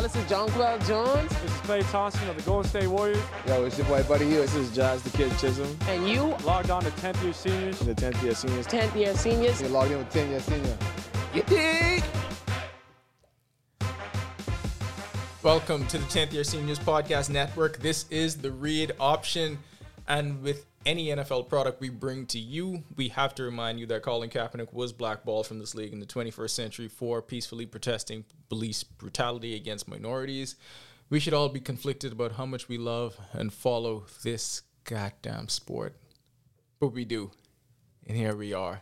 This is John Cloud Jones. This is Clay Thompson of the Golden State Warriors. Yo, it's your boy Buddy Hughes. This is Josh the Kid Chisholm. And you, Logged on to 10th year seniors. The 10th year seniors. 10th year seniors. They logged in with 10 year senior. You dig? Welcome to the 10th Year Seniors Podcast Network. This is the read option. And with any NFL product we bring to you, we have to remind you that Colin Kaepernick was blackballed from this league in the 21st century for peacefully protesting police brutality against minorities. We should all be conflicted about how much we love and follow this goddamn sport. But we do. And here we are.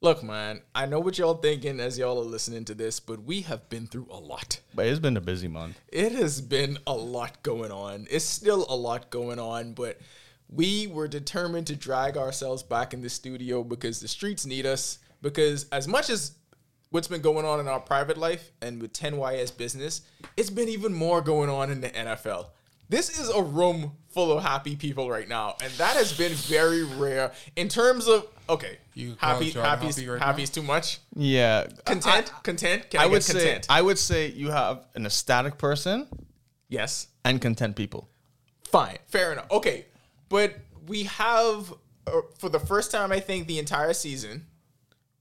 Look, man, I know what y'all thinking as y'all are listening to this, but we have been through a lot. But it's been a busy month. It has been a lot going on. It's still a lot going on, but we were determined to drag ourselves back in the studio because the streets need us. Because as much as what's been going on in our private life and with 10YS business, it's been even more going on in the NFL. This is a room full of happy people right now, and that has been very rare in terms of okay, You call happy, Jordan happy's, happy right now? happy's too much. Yeah. Content, content. Can I, I, I get would say content? I would say you have an ecstatic person yes. and content people. fine fair enough okay but we have uh, for the first time i think the entire season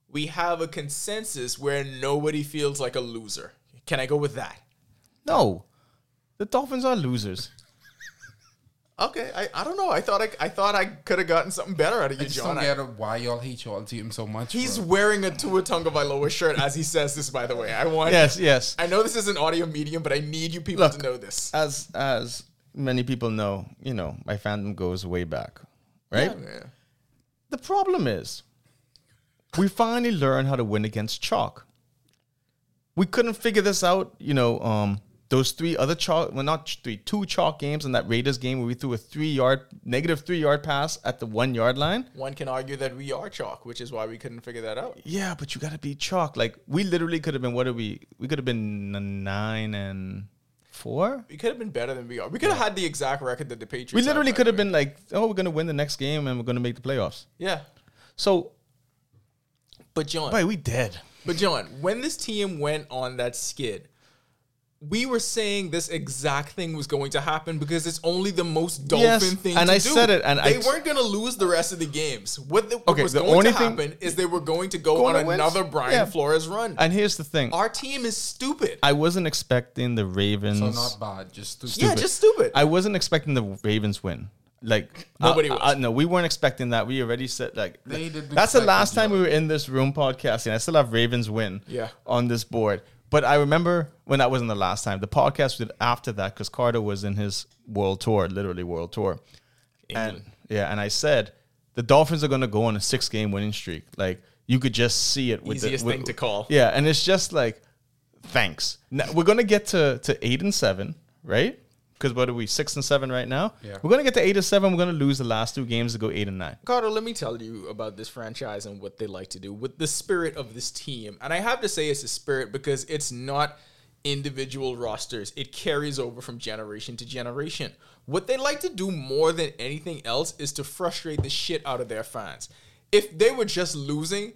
we have a consensus where nobody feels like a loser can i go with that No. The Dolphins are losers. okay i, I don't know i thought i, I thought i could have gotten something better out of you I just john don't I- get it why y'all hate y'all team so much. he's bro. wearing a tua Tagovailoa shirt as he says this by the way i want Yes, yes. i know this is an audio medium but i need you people to Look, know this As as many people know, you know, my fandom goes way back. Right? Yeah. The problem is we finally learned how to win against chalk. We couldn't figure this out, you know, um, those three other chalk, well, not three, two chalk games in that Raiders game where we threw a three yard, negative three yard pass at the one yard line. one can argue that we are chalk which is why we couldn't figure that out Yeah, but you gotta be chalk. Like we literally could have been. What are we? We could have been n- nine and four. we could have been better than we are we could have had the exact record that the patriots We literally by could the have been like, oh, we're gonna win the next game and we're gonna make the playoffs. way. yeah So, But John, wait, we dead. but John, when this team went on that skid, we were saying this exact thing was going to happen because it's only the most dolphin Yes, thing. and to I do. said it, and they I- weren't going to lose the rest of the games. What, the, what Okay, was the going only to thing- happen is they were going to go Going on to win? another Brian Yeah. Flores run. And here's the thing: Our team is stupid. I wasn't expecting the so Ravens. not bad. Just stupid. yeah, just stupid. I wasn't expecting the Ravens win. Like Nobody I- was. I- no, we weren't expecting that. We already said like They didn't that's the expect last it, time no. we were in this room podcasting. I still have Ravens win. Yeah. on this board. But I remember when that wasn't the last time. The podcast we did after that because Carter was in his world tour, literally world tour. And yeah, and I said the Dolphins are going to go on a six-game winning streak. Like you could just see it. With Easiest the, with- thing to call. Yeah, and it's just like thanks. Now, we're gonna get to, to eight and seven, right? Because what are we six and seven right now? Yeah. We're gonna get to eight and seven. We're gonna lose the last two games to go eight and nine. Carter, let me tell you about this franchise and what they like to do with the spirit of this team. And I have to say it's a spirit because it's not individual rosters, it carries over from generation to generation. What they like to do more than anything else is to frustrate the shit out of their fans. If they were just losing,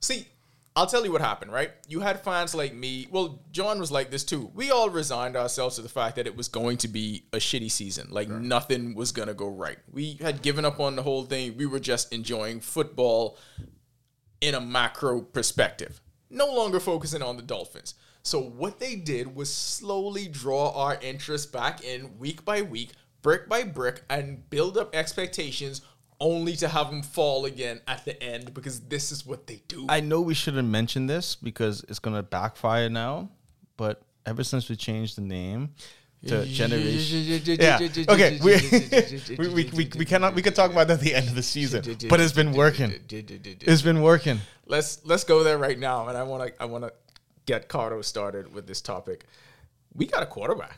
see, I'll tell you what happened, right? You had fans like me. Well, John was like this too. We all resigned ourselves to the fact that it was going to be a shitty season. Like nothing was going to go right. We had given up on the whole thing. We were just enjoying football in a macro perspective, no longer focusing on the Dolphins. So, what they did was slowly draw our interest back in week by week, brick by brick, and build up expectations only to have them fall again at the end because this is what they do. I know we shouldn't mention this because it's gonna backfire now. But ever since we changed the name to Generation, yeah, okay, we we, we, we we cannot we can talk about that at the end of the season. But it's been working. It's been working. let's let's go there right now and i want to i want to get cardo started with this topic we got a quarterback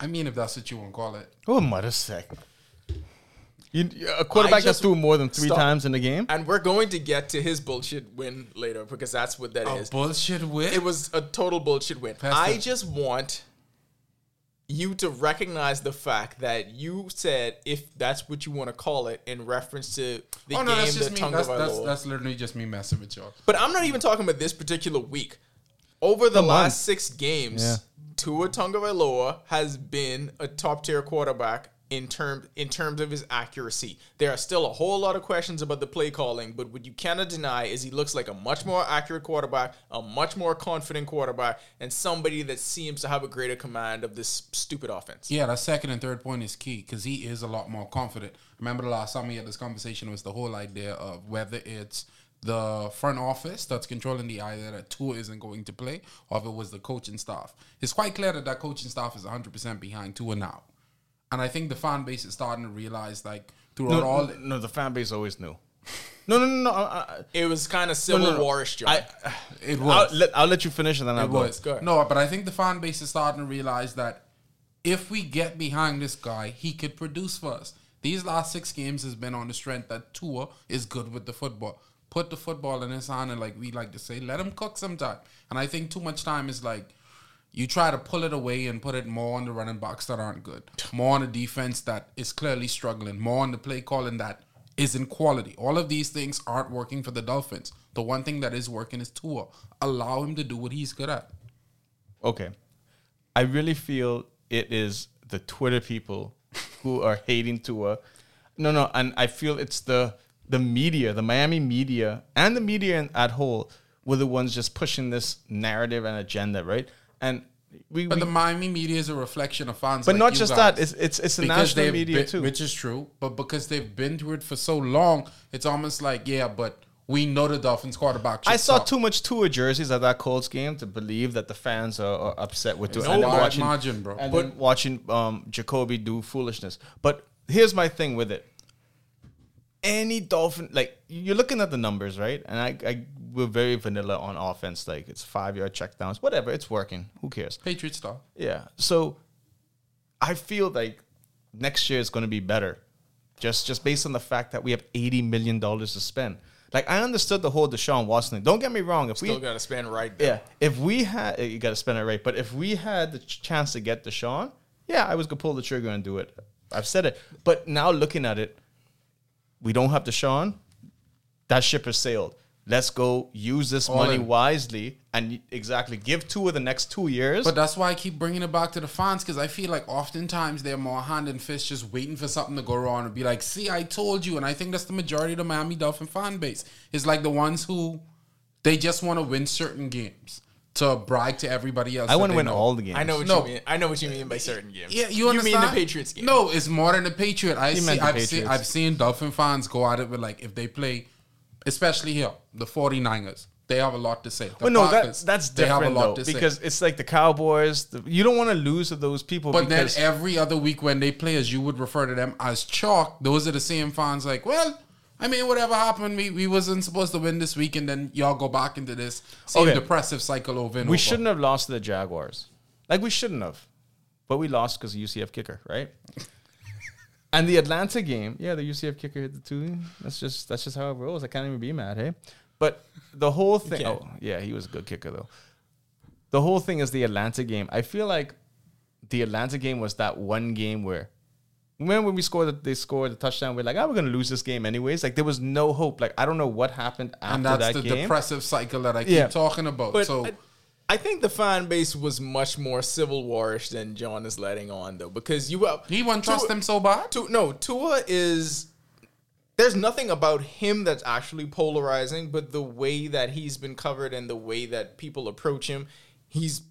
I mean, if that's what you want to call it. Oh, mother sec. You, a quarterback just- that's threw more than three Stop. times in the game. and we're going to get to his bullshit win later because that's what that is. A bullshit win. it was a total bullshit win Oh, Pass i the- just want you to recognize the fact that you said if that's what you want to call it in reference to the oh game no, that's that just me. Tonga That's, that's Valoa- that's literally just me messing with y'all. But I'm not even talking about this particular week. Over the, The last month. six games, Yeah. Tua Tagovailoa has been a top tier quarterback in term in terms of his accuracy. There are still a whole lot of questions about the play calling, but what you cannot deny is he looks like a much more accurate quarterback, a much more confident quarterback, and somebody that seems to have a greater command of this stupid offense. Yeah, that second and third point is key because he is a lot more confident. Remember the last time we had this conversation was the whole idea of whether it's the front office that's controlling the idea that Tua isn't going to play, or if it was the coaching staff. It's quite clear that that coaching staff is 100% behind Tua now, and I think the fan base is starting to realize like throughout No, all. no, no, the fan base always knew. No, no, no, no. I, It was kind of civil no, no. warish, John. I, It I, was. will let, I'll let you finish and then I'll It go. was. Go ahead. No, but I think the fan base is starting to realize that if we get behind this guy, he could produce for us. These last six games has been on the strength that Tua is good with the football. Put the football in his hand and like we like to say, let him cook sometime. And I think too much time is like you try to pull it away and put it more on the running backs that aren't good, more on the defense that is clearly struggling, more on the play calling that isn't quality. All of these things aren't working for the Dolphins. The one thing that is working is Tua. Allow him to do what he's good at. Okay. I really feel it is the Twitter people who are hating Tua. No, no, and I feel it's the the media, the Miami media, and the media in- at whole were the ones just pushing this narrative and agenda, right? And we, But we- the Miami media is a reflection of fans. but like not you just guys. that. It's it's it's the national they've media been- too. which is true. But because they've been through it for so long, it's almost like yeah, but we know the Dolphins quarterback. should I saw suck. too much Tua jerseys at that Colts game to believe that the fans are, are upset with Tua. no And then wide watching- margin, bro. And But- then watching um, Jacoby do foolishness. But here's my thing with it. Any Dolphin, like you're looking at the numbers, right? And I, I we're very vanilla on offense. Like it's five yard checkdowns, whatever. It's working. Who cares? Patriots style. Yeah. So I feel like next year is going to be better. Just just based on the fact that we have eighty million dollars to spend. Like I understood the whole Deshaun Watson. thing. Don't get me wrong. If Still we got to spend right there. yeah, if we had eh, you got to spend it right. But if we had the ch- chance to get Deshaun, yeah, I was gonna pull the trigger and do it. I've said it. But now looking at it, we don't have Deshaun. That ship has sailed. Let's go use this All money in. wisely and y- exactly give two of the next two years. But that's why I keep bringing it back to the fans because I feel like oftentimes they're more hand and fist, just waiting for something to go wrong and be like, "See, I told you." And I think that's the majority of the Miami Dolphin fan base is like the ones who they just want to win certain games to brag to everybody else. I that want to they win know. all the games. I know what No. you mean. I know what you mean by certain games. Yeah, you understand? mean the Patriots game. No, it's more than the Patriot. I see, meant the I've seen Patriots. I've seen Dolphin fans go at it with like if they play, especially here the 49ers, they have a lot to say. The But no, that, Packers, that's they have a different though, lot to say. because it's like the Cowboys. the- you don't want to lose to those people. But then because every other week when they play, as you would refer to them as chalk, those are the same fans like, well, I mean, whatever happened, we, we wasn't supposed to win this week, and then y'all go back into this same Okay. depressive cycle over and we over. shouldn't have lost to the Jaguars. Like we shouldn't have, but we lost because the UCF kicker, right? and the Atlanta game, yeah, the UCF kicker hit the two. That's just that's just how it rolls. I can't even be mad, hey. But the whole thing, oh yeah, he was a good kicker though. The whole thing is the Atlanta game. I feel like the Atlanta game was that one game where remember when we scored the, they scored the touchdown we're like oh we're gonna lose this game anyways like there was no hope like I don't know what happened after And that's that the game depressive cycle that I keep Yeah. talking about. But so I, I think the fan base was much more civil warish than John is letting on, though, because you uh, he won't trust Tua- them so bad. Tu- no, Tua is. There's nothing about him that's actually polarizing, but the way that he's been covered and the way that people approach him, he's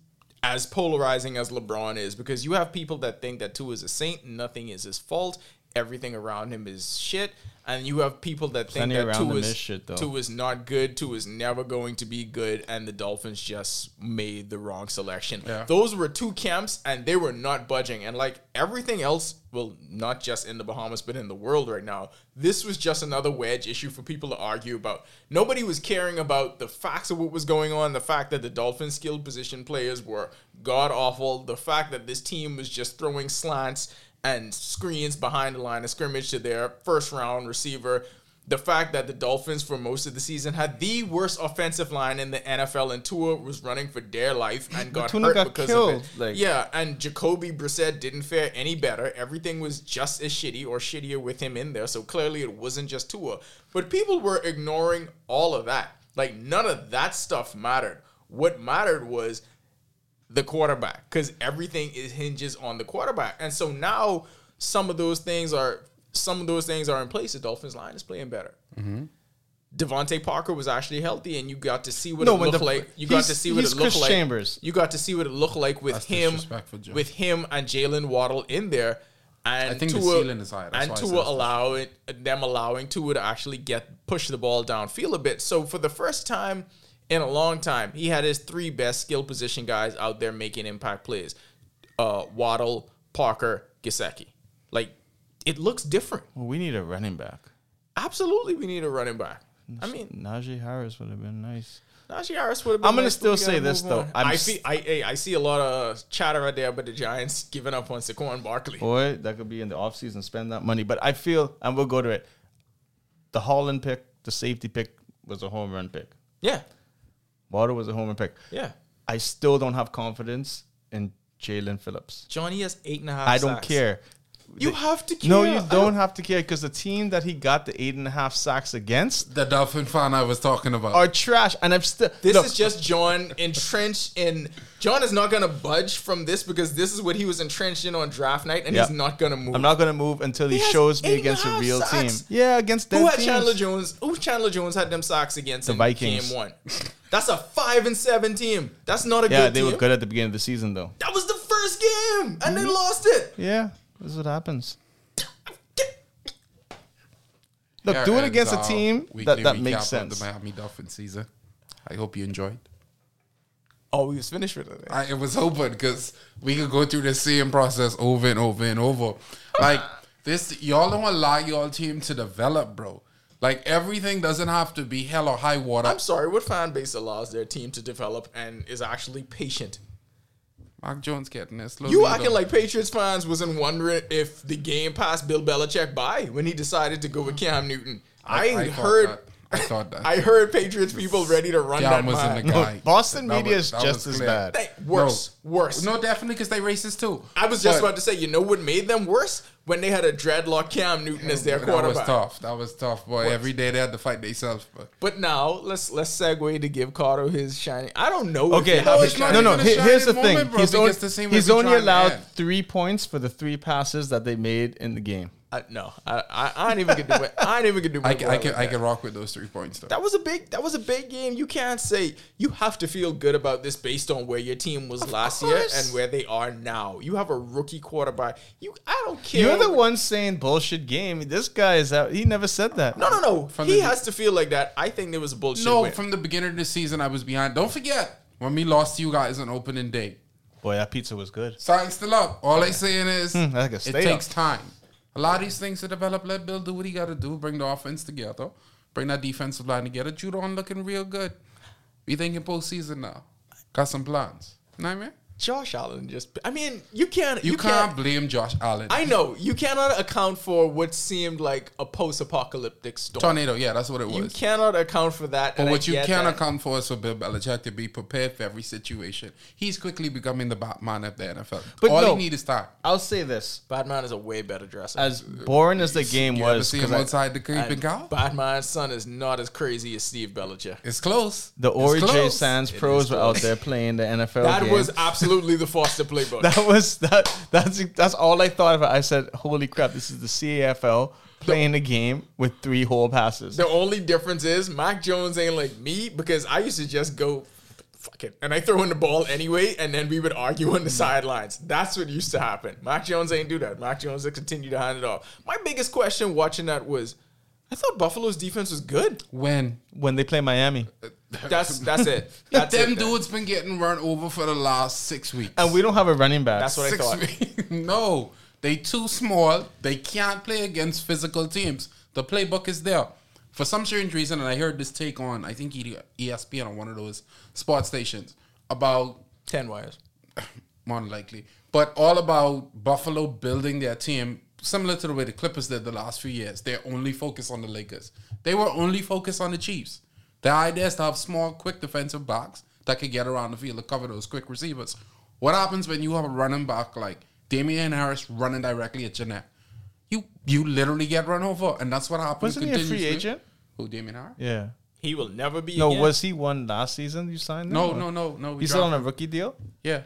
as polarizing as LeBron is because you have people that think that Tua is a saint, nothing is his fault, everything around him is shit, and you have people that think Plenty that around Tua him is, is shit, though. Tua is not good, Tua is never going to be good, and the Dolphins just made the wrong selection. Yeah. Those were two camps, and they were not budging. And like everything else, well, not just in the Bahamas, but in the world right now, this was just another wedge issue for people to argue about. Nobody was caring about the facts of what was going on, the fact that the Dolphins' skilled position players were god awful, the fact that this team was just throwing slants and screens behind the line of scrimmage to their first round receiver the fact that the Dolphins for most of the season had the worst offensive line in the NFL, and Tua was running for dear life and got Tuna hurt got because killed, of it. like- yeah, and Jacoby Brissett didn't fare any better. Everything was just as shitty or shittier with him in there. So clearly, it wasn't just Tua, but people were ignoring all of that. Like none of that stuff mattered. What mattered was the quarterback because everything is hinges on the quarterback. And so now some of those things are some of those things are in place. The Dolphins line is playing better. Devonte Parker was actually healthy, and you got to see what No, it when looked the- like. You got he's- to see what he's it looked Chris like. Chambers. You got to see what it looked like with That's him, disrespectful, Joe. with him and Jalen Waddle in there. And I think the Tua- ceiling is higher. That's And why I Tua said it's allowing them allowing Tua to actually get push the ball downfield a bit. So for the first time in a long time, he had his three best skill position guys out there making impact plays: uh, Waddle, Parker, Gesicki. Like it looks different. Well, we need a running back. Absolutely, we need a running back. I mean, Najee Harris would have been nice. Najee Harris would have. I'm gonna nice, but still we gotta say this, move though. on. I'm I s- see. I, I I see a lot of chatter out there about the Giants giving up on Saquon Barkley. Boy, that could be in the offseason, spend that money. But I feel, and we'll go to it. The Holland pick, the safety pick, was a home run pick. Yeah, Water was a home run pick. yeah. I still don't have confidence in Jalen Phillips. Johnny has eight and a half. I don't sacks. care. You The- have to care. No, I you don't have to care because the team that he got the eight and a half sacks against The Dolphin fan I was talking about. are trash. And I'm still. This look, is just John entrenched in. John is not going to budge from this because this is what he was entrenched in on draft night, and Yeah. he's not going to move. I'm not going to move until he, He has shows eight me and against a a half real sacks. team. Yeah, against who them had Chandler teams. Jones? Who Chandler Jones had them socks against the Vikings. Game one. That's a five and seven team. That's not a Yeah, good they team. were good at the beginning of the season, though. That was the first game, and they lost it. Yeah, this is what happens. Look, Here do it ends against a our team weekly that, that uh, recap makes of sense. The Miami Dolphins season. I hope you enjoyed. Oh, we was finished with it. I, it was open because we could go through the same process over and over and over. Like this, y'all don't allow y'all team to develop, bro. Like everything doesn't have to be hell or high water. I'm sorry. What fan base allows their team to develop and is actually patient? Mark Jones getting this. You acting like Patriots fans wasn't wondering if the game passed Bill Belichick by when he decided to go with Cam Newton. I, heard. That. I thought that. I heard Patriots people ready to run Cam that was in mile. the guy. Boston That media was- is that just was as clear. bad. They- worse, No. worse. No, definitely because they racist too. I was just But- about to say, you know what made them worse when they had a dreadlock Cam Newton as their That was quarterback. tough. That was tough, boy. Every day they had to fight themselves. But But now let's let's segue to give Carter his shiny. I don't know. Okay, if they have a it's not shiny. no, even no. a he- shining here's the moment, thing. bro, he's because only, the same he's as we only try and allowed end. three points for the three passes that they made in the game. I, no, I, I, I ain't even gonna do it. I ain't even gonna do. I, can, I, can, I that. can rock with those three points though. That was a big. That was a big game. You can't say you have to feel good about this based on where your team was last year course. and where they are now. You have a rookie quarterback. You, I don't care. You're the one saying bullshit game. This guy is out. He never said that. No, no, no. From he the- has to feel like that. I think there was a bullshit. No, win. from the beginning of the season, I was behind. Don't forget when we lost to you guys on opening day. Boy, that pizza was good. Signs still up. All I'm saying is I can it stay takes up. time. A lot of these things to develop. Let Bill do what he got to do. Bring the offense together. Bring that defensive line together. Judon looking real good. We thinking postseason now. Got some plans. You know what I mean? Josh Allen just. I mean, you can't. You, You, can't, can't. blame Josh Allen. I know you cannot account for what seemed like a post-apocalyptic storm. Tornado. Yeah, that's what it was. You cannot account for that. But and I what you get can that. account for is for Bill Belichick to be prepared for every situation. He's quickly becoming the Batman of the NFL. But All no. he needs is time. I'll say this: Batman is a way better dresser. as boring as the game You ever was, see 'cause him I- outside the creeping cow? Batman's son is not as crazy as Steve Belichick. It's close. the Ori it's J. close. Sands pros were out there playing the NFL. That game. was absolutely the Foster playbook. That was that. That's that's all I thought of. I said, "Holy crap! This is the CAFL playing a game with three whole passes." the only difference is Mac Jones ain't like me because I used to just go fuck it and I throw in the ball anyway, and then we would argue on the Mm. sidelines. That's what used to happen. Mac Jones ain't do that. Mac Jones would continue to hand it off. My biggest question watching that was. I thought Buffalo's defense was good. When when they play Miami, That's that's it. That's them it. dudes been getting run over for the last six weeks. and we don't have a running back. That's what I six thought. weeks. no, they too small. They can't play against physical teams. The playbook is there. For some strange reason, and I heard this take on I think E ESPN on one of those sports stations about Ten wires. more than likely. But all about Buffalo building their team, similar to the way the Clippers did the last few years. They're only focused on the Lakers. They were only focused on the Chiefs. The idea is to have small, quick defensive backs that could get around the field to cover those quick receivers. What happens when you have a running back like Damian Harris running directly at Jeanette? You you literally get run over, and that's what happened. Wasn't he a free continuously. agent? Who Damian Harris? Yeah. He will never be. No, again. was he one last season? You signed him? No, Or- no, no, no. we He's still on drafted- a rookie deal. Yeah.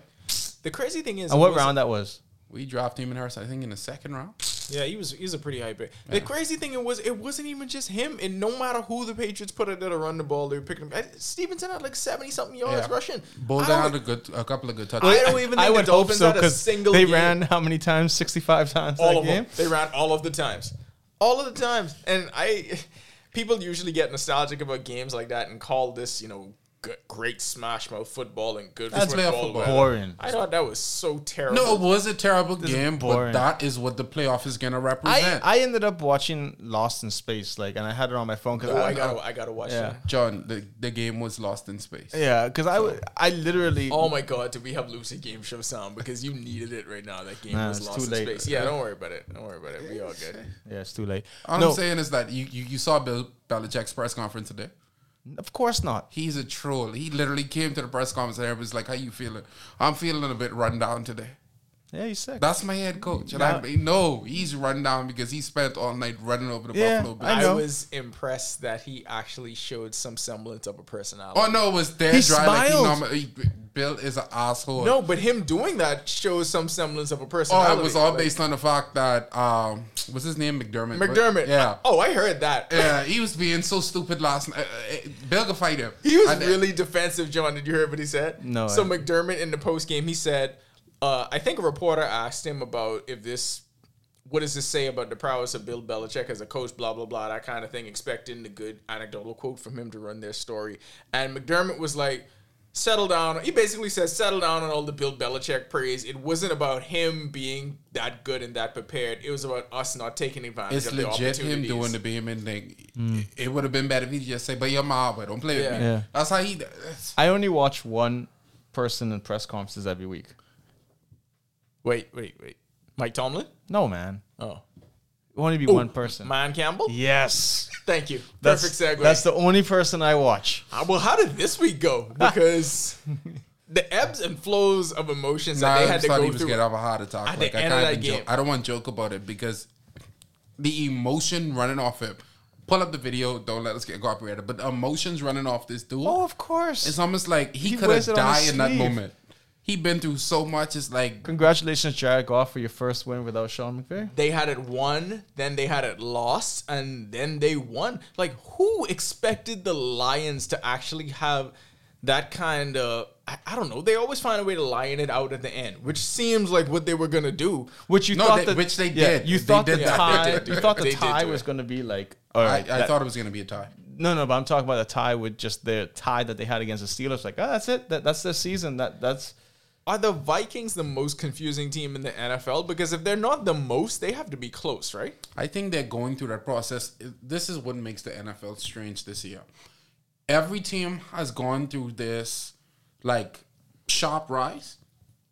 The crazy thing is, And what it wasn't- round that was? We dropped Damon Harris, I think, in the second round. Yeah, he was he's a pretty hype. pick. The crazy thing it was it wasn't even just him, and no matter who the Patriots put out there to run the ball, they were picking him. I- Stevenson had like seventy something yards Yeah. rushing. Both I had don't- a good, a couple of good I touchdowns. don't even think the Dolphins had a single they game. ran how many times? Sixty-five times all that of game. them. They ran all of the times, all of the times. And I, people usually get nostalgic about games like that and call this, you know, g- great smash mouth football and good That's playoff football. football. whatever. Boring. I thought that was so terrible. No, it was a terrible game, but boring. that is what the playoff is going to I, represent. I ended up watching Lost in Space, like, and I had it on my phone because Oh, I, I gotta, I gotta watch Yeah. that. John, the, the game was lost in space. yeah, because I, w- I literally Oh my god, did we have Lucy Game Show sound? Because you needed it right now. That game Nah, was it's lost too in late. space. Yeah, don't worry about it. Don't worry about it. We all good. yeah, it's too late. All no, I'm saying is that you, you, you saw Bill Belichick's press conference today. of course not. He's a troll. He literally came to the press conference and everybody's like, "How you feeling?" I'm feeling a bit run down today. Yeah, he's sick. That's my head coach, and I no, he's run down because he spent all night running over the Yeah, Buffalo I I, Bills. know. was impressed that he actually showed some semblance of a personality. Oh no, it was dead He dry. Like he smiled. normally, he- Bill is an asshole. no, but him doing that shows some semblance of a personality. Oh, it was all Like, based on the fact that um, was his name McDermott. What- McDermott. Yeah. Oh, I heard that. Yeah, he was being so stupid last night. Uh, uh, Bill could fight him. He was And, uh, really defensive, John. Did you hear what he said? No, So I- McDermott in the post game, he said, uh, "I think a reporter asked him about if this, what does this say about the prowess of Bill Belichick as a coach, blah blah blah, that kind of thing." Expecting the good anecdotal quote from him to run their story, and McDermott was like. Settle down. He basically says, settle down on all the Bill Belichick praise. It wasn't about him being that good and that prepared. It was about us not taking advantage It's of the legit opportunities. him doing the Beeman thing. It would have been better if he just say, "But your mom, but don't play Yeah. with me." Yeah. That's how he. I only watch one person in press conferences every week. Wait, wait, wait. Mike Tomlin? No, man, Oh. it will only be one person. Mayan Campbell? yes, Thank you. that's, Perfect segue. That's the only person I watch. Uh, well, how did this week go? Because the ebbs and flows of emotions Nah, that I they had to thought he go was gonna through. have a heart attack. At like the I end of can't that even joke. game. I don't want to joke about it because the emotion running off him. Pull up the video. Don't let us get cooperated. But the emotions running off this dude. Oh, of course. It's almost like he, He could have wears it on his died in that sleeve. moment. He been through so much. It's like Congratulations, Jared Goff, for your first win without Sean McVay. They had it won, then they had it lost, and then they won. Like, who expected the Lions to actually have that kind of. I, I don't know. They always find a way to lion it out at the end, which seems like what they were going to do. Which you No, thought they- that, which they yeah, did. You They thought did the that. tie. They did do you it. thought the They did tie do was it. going to be like. All I, I right, that- thought it was gonna be a tie. No, no, but I'm talking about the tie with just their tie that they had against the Steelers. Like, oh, that's it. That, that's their season. That that's Are the Vikings the most confusing team in the NFL? Because if they're not the most, they have to be close, right? I think they're going through that process. This is what makes the NFL strange this year. Every team has gone through this like sharp rise,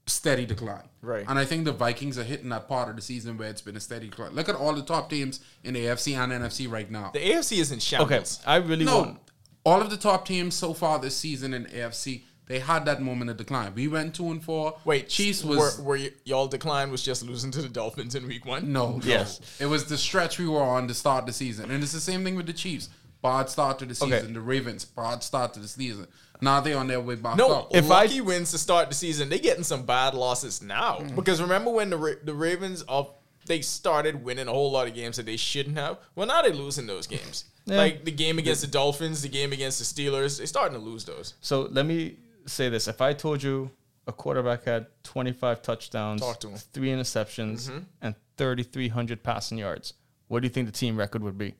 steady decline. Right. And I think the Vikings are hitting that part of the season where it's been a steady decline. Look at all the top teams in the AFC and NFC right now. The AFC is in okay. shambles. I really No, want. all of the top teams so far this season in AFC, they had that moment of decline. We went two and four. Wait, Chiefs Chiefs was were, were y- y'all decline was just losing to the Dolphins in week one. no, no. Yes. It was the stretch we were on to start the season, and it's the same thing with the Chiefs. Bad start to the season. Okay. The Ravens bad start to the season. Now they on their way back no. up. If I- lucky wins to start the season, they getting some bad losses now because remember when the Ra- the Ravens off they started winning a whole lot of games that they shouldn't have. Well, now they're losing those games. Yeah. Like the game against the Dolphins, the game against the Steelers, they're starting to lose those. So let me say this: If I told you a quarterback had 25 touchdowns, Talk to him. Mm-hmm. three interceptions, and 3,300 passing yards, what do you think the team record would be?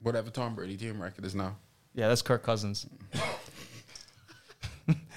Whatever Tom Brady team record is now. Yeah, that's Kirk Cousins.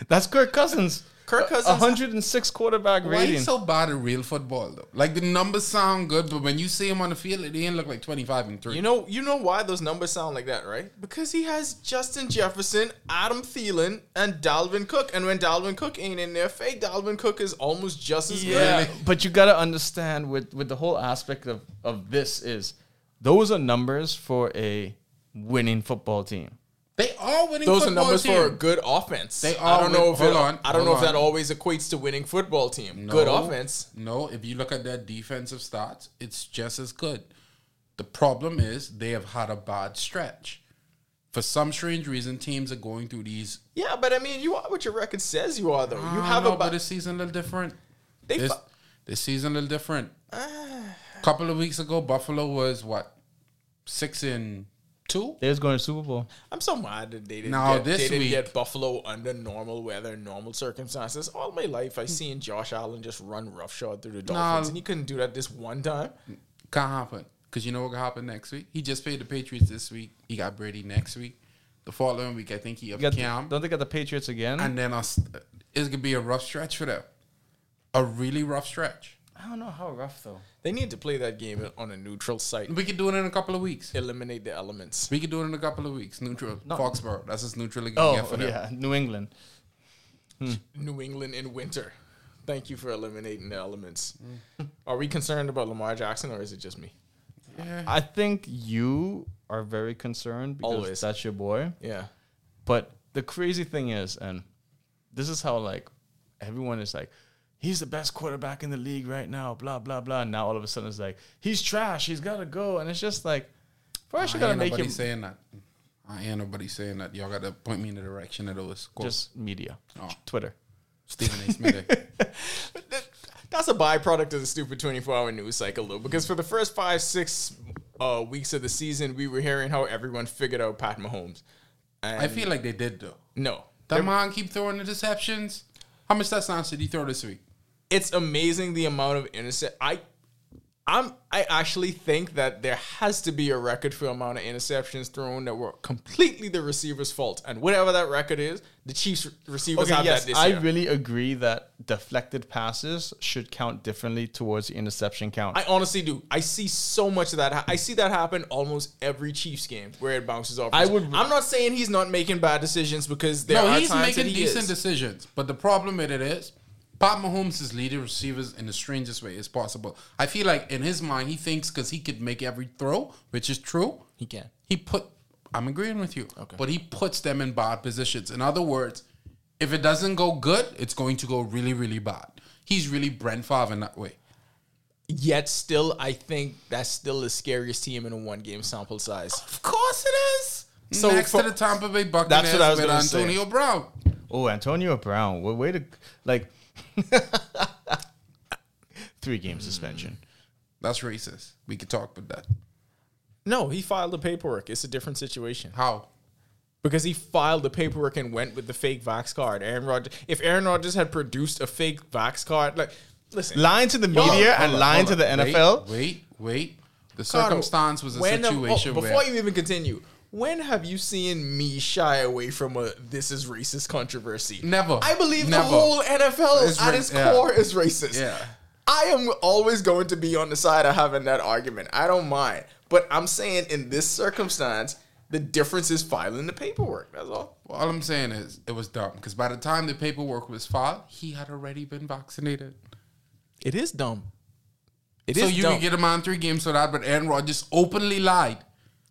that's Kirk Cousins. Kirk Cousins- 106 quarterback Why rating. he so bad at real football though? Like the numbers sound good, but when you see him on the field, it didn't look like twenty five and three. You know, you know why those numbers sound like that, right? Because he has Justin Jefferson, Adam Thielen, and Dalvin Cook. And when Dalvin Cook ain't in there, fake Dalvin Cook is almost just as good. Yeah, but you got to understand with with the whole aspect of of this is those are numbers for a winning football team. they are winning. Those are football numbers team. for a good offense. They I are don't know win- if hold it- on, I don't hold know if on. that always equates to winning football team. Good No, offense. No, if you look at their defensive stats, it's just as good. The problem is they have had a bad stretch. For some strange reason, teams are going through these. Yeah, but I mean, you are what your record says you are though. You have a a but bu- this season a little different. They This fu- this season a little different. couple of weeks ago, Buffalo was what six and two. They're going to Super Bowl. I'm so mad that they didn't, Now, get, this they didn't week- get Buffalo under normal weather, normal circumstances. All my life, Hmm. I've seen Josh Allen just run roughshod through the Dolphins, and he couldn't do that this one time. Can't happen because you know what could happen next week. He just paid the Patriots this week. He got Brady next week. The following week, I think he up You got the- Cam, don't they got the Patriots again? Mm-hmm. and then us. It's gonna be a rough stretch for them. A really rough stretch. I don't know how rough though. They need to play that game on a neutral site. We could do it in a couple of weeks. Eliminate the elements. We could do it in a couple of weeks. Neutral. Foxborough. That's as neutral as you Oh can get for them. yeah, New England. New England in winter. Thank you for eliminating the elements. Are we concerned about Lamar Jackson, or is it just me? I think you are very concerned because Always. that's your boy. Yeah. But the crazy thing is, and this is how like everyone is like, he's the best quarterback in the league right now, blah blah blah. And now all of a sudden it's like he's trash, he's gotta go, and it's just like first you I gotta ain't make nobody him saying that. I ain't nobody saying that. Y'all got to point me in the direction of those quotes. just media, Oh. Twitter. Stephen A. Smith. That- that's a byproduct of the stupid 24 hour news cycle, though, because for the first five, six uh, weeks of the season, we were hearing how everyone figured out Pat Mahomes. And I feel like they did though. no. That man keep throwing interceptions. How much touchdowns did he throw this week? It's amazing the amount of intercept. I, I'm, I actually think that there has to be a record for amount of interceptions thrown that were completely the receiver's fault, and whatever that record is, the Chiefs receivers Okay, have yes, that this I year. really agree that deflected passes should count differently towards the interception count. I honestly do. I see so much of that. ha- I see that happen almost every Chiefs game where it bounces off. I his- would- I'm not saying he's not making bad decisions because there No, are he's times making that he decent is. decisions, but the problem with it is, Pat Mahomes is leading receivers in the strangest way as possible. I feel like in his mind, he thinks because he could make every throw, which is true. He can. He put. I'm agreeing with you, but he puts them in bad positions. In other words, if it doesn't go good, it's going to go really, really bad. He's really Brent Favre in that way. Yet still, I think that's still the scariest team in a one game sample size. Of course it is. So Next for- to the Tampa Bay Buccaneers what I was with gonna say. Antonio Brown. Oh, Antonio Brown. What way to like three game suspension. That's racist. We could talk about that. No, he filed the paperwork. It's a different situation How? because he filed the paperwork and went with the fake Vax card. Aaron Rodgers. If Aaron Rodgers had produced a fake Vax card, like listen, Lying to the media and lying to the NFL. Wait, wait. The Ricardo, circumstance was a when have- situation oh, before where you even continue, when have you seen me shy away from a "this is racist" controversy? Never. I believe Never. the whole NFL It's at ra- its yeah. core is racist. Yeah. I am always going to be on the side of having that argument. I don't mind, but I'm saying in this circumstance, the difference is filing the paperwork. That's all. Well, all I'm saying is it was dumb because by the time the paperwork was filed, he had already been vaccinated. It is dumb. It is so you dumb. can get him on three games for that, but Aaron Rodgers openly lied.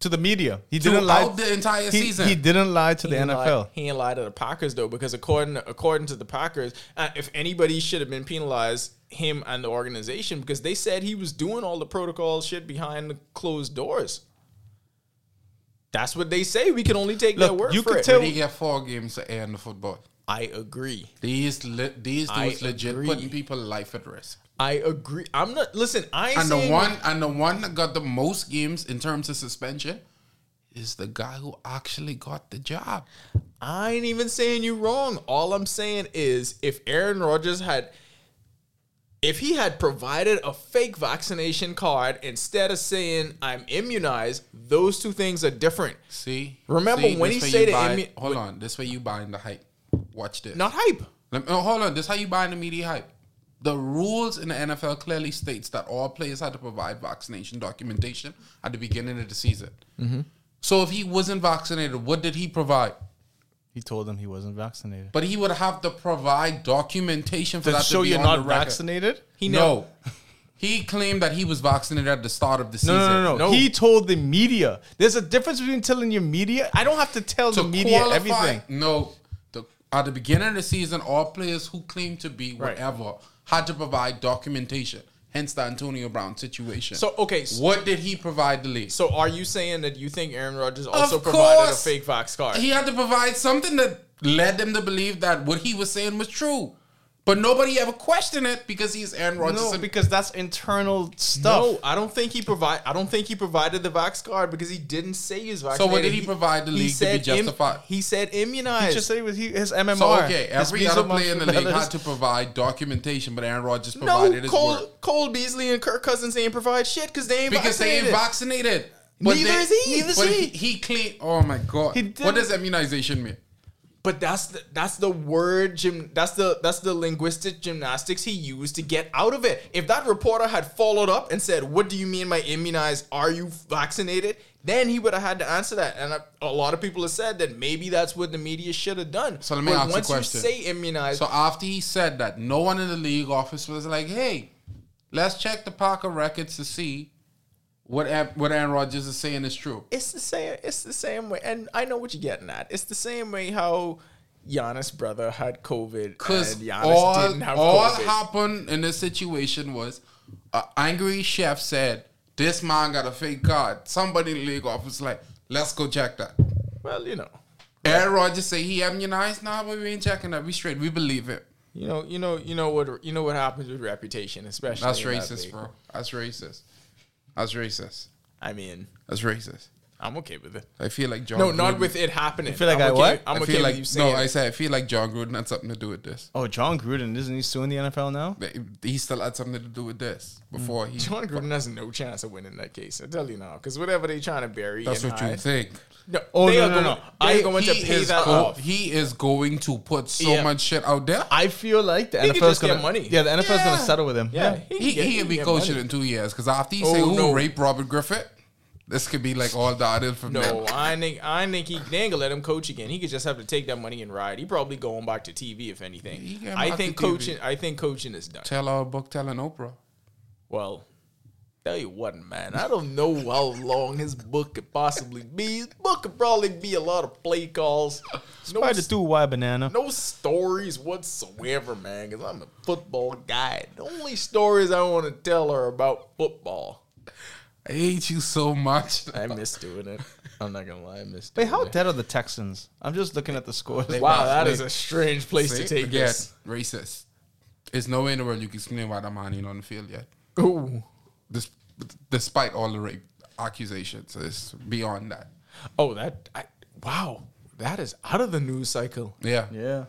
To the media. He didn't lie Throughout the he, entire season. He didn't lie to the He ain't lied- NFL. he ain't lied to the Packers though, because according according to the Packers, uh, if anybody should have been penalized, him and the organization, because they said he was doing all the protocol shit behind the closed doors. That's what they say. We can only take their Look, word you for could it. tell- He got four games to air in the football. I agree. These li- these I dudes legit agree. putting people life at risk. I agree. I'm not. Listen, I ain't And the saying- one and the one that got the most games in terms of suspension is the guy who actually got the job. I ain't even saying you wrong. All I'm saying is if Aaron Rodgers had if he had provided a fake vaccination card instead of saying I'm immunized, those two things are different. See, Remember See, when this he way said you it, buy- it me- hold on, this way you buying the hype. Watch this. Not hype. Lem- oh, hold on. This how you buying the media hype. The rules in the NFL clearly states that all players had to provide vaccination documentation at the beginning of the season. Mm-hmm. So if he wasn't vaccinated, what did he provide? He told them he wasn't vaccinated. But he would have to provide documentation for To that show to be you're on the not record. vaccinated? He no. He claimed that he was vaccinated at the start of the season. No, no, no, no, No. He told the media. There's a difference between telling your media. I don't have to tell the media qualify- everything. No, the, at the beginning of the season, all players who claim to be whatever had to provide documentation. Hence the Antonio Brown situation. So, okay, so- what did he provide the league? So are you saying that you think Aaron Rodgers also Of provided a course. fake vax card? he had to provide something that led them to believe that what he was saying was true. But nobody ever questioned it because he's Aaron Rodgers. No, and because that's internal stuff. No, I don't think he provide. I don't think he provided the Vax card because he didn't say he was vaccinated. what did he provide the he league to be said im- justified? he said immunized. He just said he was he, his MMR. so okay, his every piece other of my- player in the league had that to is- provide documentation, but Aaron Rodgers no, provided his Cole, work Cole Beasley and Kirk Cousins ain't provide shit because they ain't because they vaccinated. ain't vaccinated. Neither they- is he. Neither is but he. He claimed. Oh my god! He What didn't- does immunization mean? But that's the, that's the word gym. That's the that's the linguistic gymnastics he used to get out of it. If that reporter had followed up and said, "What do you mean by immunized? Are you vaccinated?" Then he would have had to answer that. And a, a lot of people have said that maybe that's what the media should have done. So let me But ask you a once question. say immunized, So after he said that, no one in the league office was like, "Hey, let's check the Parker records to see what Aaron- what Aaron Rodgers is saying is true." it's the same. It's the same way. And I know what you're getting at. It's the same way how Giannis' brother had COVID Because and Giannis all, didn't have all COVID. happened in this situation was an angry chef said, This man got a fake card. Somebody in the league office like, Let's go check that. well, you know, Aaron Rodgers say he immunized. Nah, but we ain't checking that. We straight. We believe it. you know, you know, you know what you know what happens with reputation, especially That's in that racist, league. bro. That's racist. That's racist. I mean, That's racist. I'm okay with it. I feel like John. No, not Gruden- with it happening. I feel like I'm I okay, what? I'm I okay Oh, feel with like you saying. no. I it. said I feel like John Gruden had something to do with this. Oh, John Gruden isn't he suing the NFL now? But He still had something to do with this before he. Mm. John Gruden has no chance of winning that case. I tell you now, because whatever they trying to bury, That's and what hide, you think. No, Oh, they no, are no, going, no. They I- are going to He pay is that go- off. He is going to put so Yeah. much shit out there. I feel like the He NFL could is just get gonna money. Yeah, the NFL is gonna Yeah. settle with him. yeah, can He get- he'll be can get coaching money. in two years because after he say Oh, who no. raped Robert Griffith, this could be like all the other from No, no. I think I think he they ain't gonna let him coach again. He could just have to take that money and ride. He probably going back to TV if He anything. can I back think to TV. coaching. I think coaching is done. Tell our book, telling Oprah. Well, tell you what, man. I don't know how long his book could possibly be. His book could probably be a lot of play calls. No, Probably the two Y banana. no stories whatsoever, man, because I'm a football guy. The only stories I want to tell are about football. I hate you so much. I miss doing it. I'm not going to lie. I miss Wait, doing how it. dead are the Texans? I'm just looking at the score. Wow, that is a strange place to take Again, this. racist. There's no way in the world you can explain why that man ain't on the field yet. Ooh. This, despite all the rape accusations, it's beyond that. Oh, that. I, wow. That is out of the news cycle. Yeah, yeah.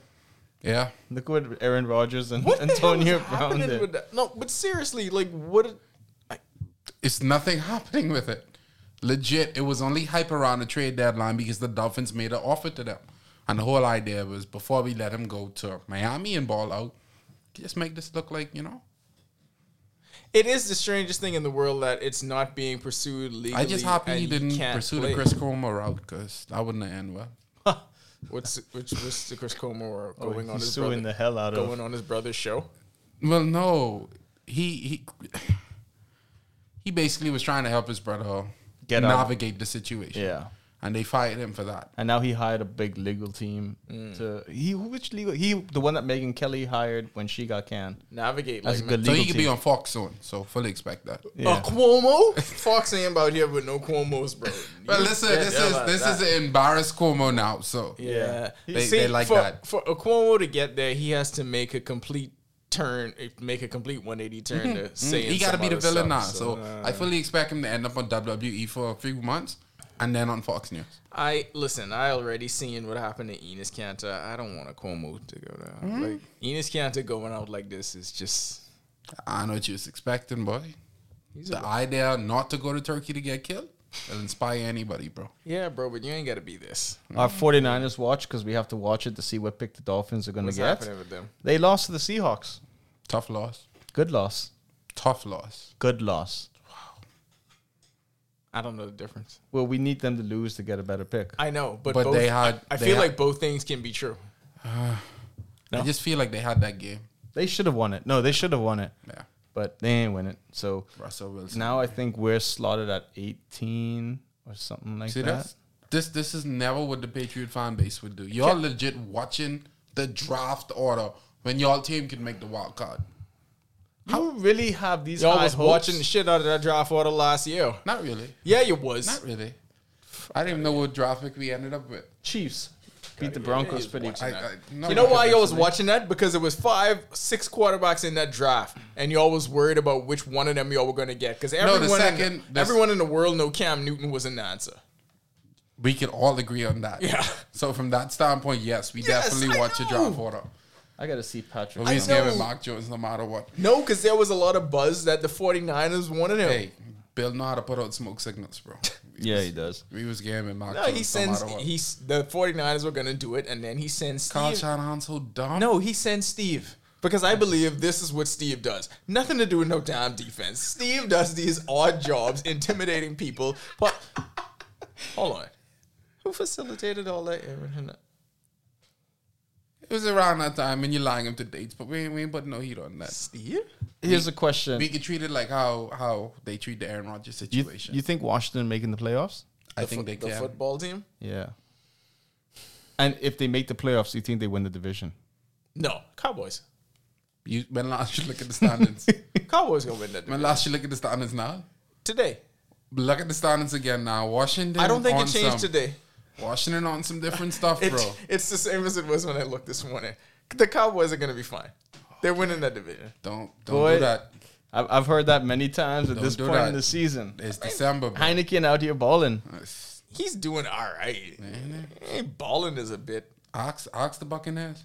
Yeah. Look what Aaron Rodgers and What the hell is Antonio Brown happening did. with that? No, but seriously, like, what? It's nothing happening with it. Legit, it was only hype around the trade deadline because the Dolphins made an offer to them. And the whole idea was before we let him go to Miami and ball out, just make this look like, you know. It is the strangest thing in the world that it's not being pursued legally. I just happy and he you didn't can't pursue play. the Chris Cuomo route because that wouldn't end well. What's which was the Chris Como or Oh, going on he's his suing brother, the hell out of going on his brother's show? Well, no. He he he basically was trying to help his brother Get out. navigate the situation. Yeah. And they fired him for that. And now he hired a big legal team to he which legal he the one that Megan Kelly hired when she got canned. Navigate That's like a good So legal he could team. be on Fox soon. So fully expect that. Yeah. A Cuomo? Fox ain't about here with no Cuomo's, bro. But You listen, forget this is about this that. is an embarrassed Cuomo now. So Yeah, They- they like for, that. For a Cuomo to get there, he has to make a complete turn, make a complete 180 turn to say Mm-hmm. he got to be the villain now. So uh, I fully expect him to end up on WWE for a few months and then on Fox News. I listen. I already seen what happened to Enos Cantor. I don't want a Cuomo to go down. Mm-hmm. Like Enos Cantor going out like this is just I know what you was expecting, boy. he's The a, idea not to go to Turkey to get killed will inspire anybody, bro. yeah, bro. But you ain't got to be this. Our 49ers watch because we have to watch it to see what pick the Dolphins are going to What's get. happening with them? They lost to the Seahawks. Tough loss. Good loss. Tough loss. Good loss. I don't know the difference. Well, we need them to lose to get a better pick. I know, but, But both, they had- I, I they feel had- like both things can be true. I just feel like they had that game. They should have won it. No, they should have won it, Yeah. but they ain't win it. So Russell Wilson. now I think we're slotted at 18 or something like See that. this? This this is never what the Patriot fan base would do. Y'all legit watching the draft order when y'all team can make the wild card. You really have these Y'all high was hopes? watching the shit out of that draft order last year. Not really. Yeah, you was. Not really. I didn't even know what draft pick we ended up with. Chiefs. beat the Broncos pretty. I- I- no, you know why y'all was definitely. watching that? Because it was five, six quarterbacks in that draft, and y'all was worried about which one of them y'all were gonna get. Because the everyone, second- in, the- everyone in the world know Cam Newton was an answer. We can all agree on that. Yeah. So from that standpoint, yes, we Yes, definitely I want to know. draft order. I gotta see Patrick. But we know. giving Mark Jones no matter what. No, because there was a lot of buzz that the 49ers wanted him. Hey, Bill know how to put out smoke signals, bro. yeah, he does. We was gaming Mark No, Jones he sends no matter what. he's the 49ers were gonna do it, and then he sends Carl Steve. Shanahan so dumb. No, he sends Steve. Because I believe this is what Steve does. Nothing to do with no damn defense. Steve does these odd jobs, intimidating people. But hold on. Who facilitated all that? It was around that time and you're lying him to dates, but we ain't, we ain't putting no heat on that. Steve? Here's a question: We could treat it like how how they treat the Aaron Rodgers you, situation. you think Washington making the playoffs? I think they The can. football team? Yeah. And if they make the playoffs, you think they win the division? No. Cowboys. You, when last you look at the standings, Cowboys gonna win that when division. last you look at the standings now, today. look at the standings again now. Washington. I don't think on it changed some- today. Washington on some different stuff, It, bro. It's the same as it was when I looked this morning. The Cowboys are gonna be fine. They're winning that division. Don't don't Boy. do that. I've, I've heard that many times at Don't this do point in that. the season. It's December, bro. Heineken out here balling. It's- He's doing all right. He ain't balling is a bit. Ox, ox the Buccaneers.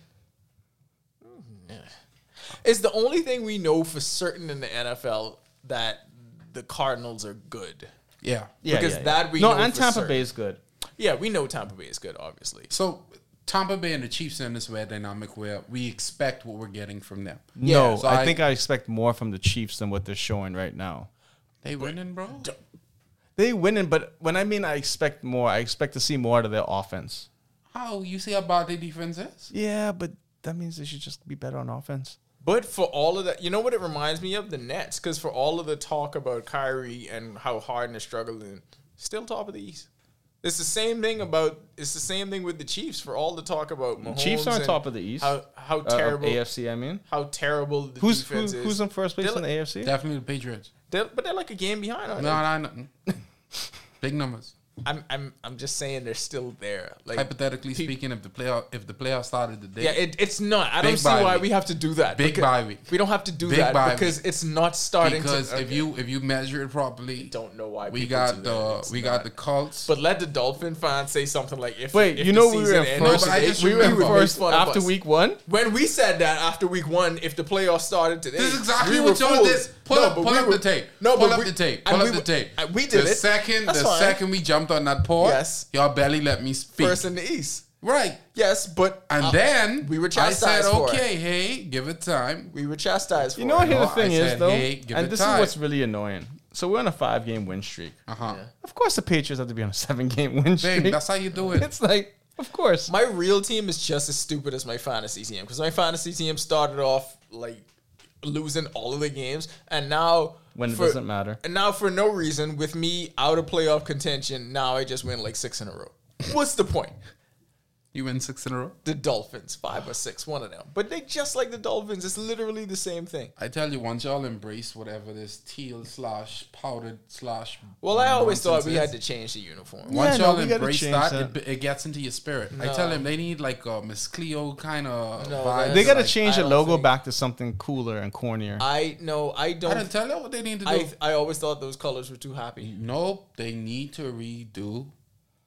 It's the only thing we know for certain in the NFL that the Cardinals are good. Yeah. Yeah, Because yeah, yeah. that we no, know and for Tampa certain. Bay is good. Yeah, we know Tampa Bay is good, obviously. So Tampa Bay and the Chiefs are in this weird dynamic where we expect what we're getting from them. no, so I, I- think I expect more from the Chiefs than what they're showing right now. They winning, bro. They winning, but when I mean I expect more, I expect to see more out of their offense. How you see how bad their defense is? Yeah, but that means they should just be better on offense. But for all of that, you know what it reminds me of? The Nets. Because for all of the talk about Kyrie and how Harden is struggling, still top of the East. It's the same thing about. It's the same thing with the Chiefs. For all the talk about Mahomes Chiefs aren't and top of the East. How, how Uh, of terrible? AFC, I mean. how terrible the Who's who, defense is. who's in first place They're in the like- AFC? Definitely the Patriots. they're- but they're like a game behind. Aren't No, they? no, no. Big numbers. I'm, I'm, I'm just saying they're still there. Like Hypothetically speaking, if the playoff if the playoff started today, Yeah, it, it's not. I don't Big see bye why week. we have to do that. Big Beca- bye week. We don't have to do Big bye that because it's not starting. because to, if you if you measure it properly, don't know why we people got do that. the It's we not- got the Colts. but let the Dolphin fan say something like, "If Wait, if you the know we were season in ended first. No, but I today, just we were in remember- would make first fun of after us." week one. When we said that after week one, if the playoffs started today, This is exactly we what were y'all fools. did. Pull No, up, but pull we up were- the tape. No, pull but up we- the tape. and Pull we up the were- tape. and We did the it. second, That's the fine. second we jumped on that port, Yes. y'all barely let me speak. first in the East. right, Yes, but and uh, then we were I said, chastised for it. okay, hey, give it time. we were chastised. You for know it. what? Here the No, I thing is said, though, hey, give and it this time. is what's really annoying. So we're on a five-game win streak. Uh huh. Of course, the Patriots have to be on a seven-game win streak. Bang, that's how you do it. it's like, of course. My real team is just as stupid as my fantasy team because my fantasy team started off like losing all of the games, and now When it doesn't matter. and now for no reason, with me out of playoff contention, now I just win like six in a row. What's the point? You win six in a row. The Dolphins, five or six, one of them, but they just like the Dolphins. It's literally the same thing. I tell you, once y'all embrace whatever this teal slash powdered slash. Well, I always thought we had nonsense to is, change the uniform. Yeah, Once no, y'all we gotta embrace change that, that. It, it gets into your spirit. I tell them they need like a Miss Cleo kind of No, vibe. They It's got to like, change I the don't logo think- Uh, back to something cooler and cornier. I no, I I don't. didn't tell them what they need to do. I I always thought those colors were too happy. Nope, they need to redo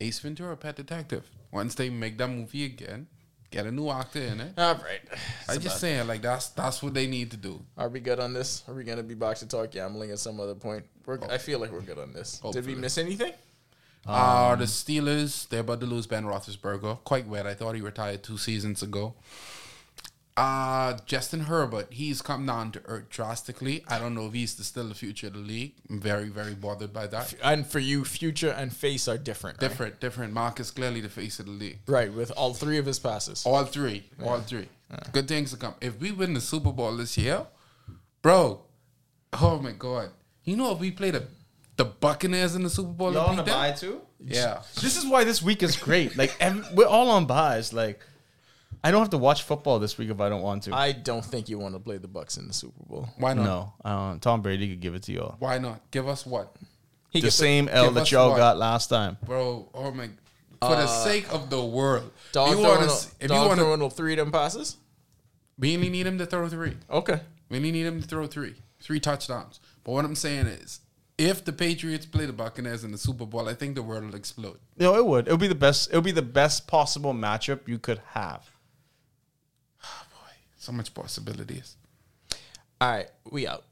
Ace Ventura: Pet Detective. Once they make that movie again, get a new actor in it. All right, I just saying, like that's that's what they need to do. Are we good on this? Are we gonna be back to talk gambling at some other point? We're, I feel like we're good on this. Did we Hopefully. miss anything? Uh, the Steelers, they're about to lose Ben Roethlisberger. Quite weird. I thought he retired two seasons ago. Uh, Justin Herbert, he's come down to earth drastically. I don't know if he's the, still the future of the league. I'm very, very bothered by that. And for you, future and face are different. right? Different, different. Marcus clearly the face of the league. Right, with all three of his passes. All three. All three. Good things to come. If we win the Super Bowl this year, bro, oh my God. You know, if we play the, the Buccaneers in the Super Bowl, and beat them? too? Yeah. This is why this week is great. Like ev we're all on buys. Like I don't have to watch football this week if I don't want to. I don't think you want to play the Bucks in the Super Bowl. Why not? no, um, Tom Brady could give it to y'all. Why not? Give us what? He The gets a- same L give that us y'all one. got last time. Bro, oh my for the sake of the world. Uh, Dog if you throwing, want a, to, if you dog want to, throwing a three of them passes. we only need him to throw three. Okay. We only need him to throw three, three touchdowns. But what I'm saying is, if the Patriots play the Buccaneers in the Super Bowl, I think the world will explode. No, it would. It would be the best. It would be the best possible matchup you could have. So much possibilities. All right, we out.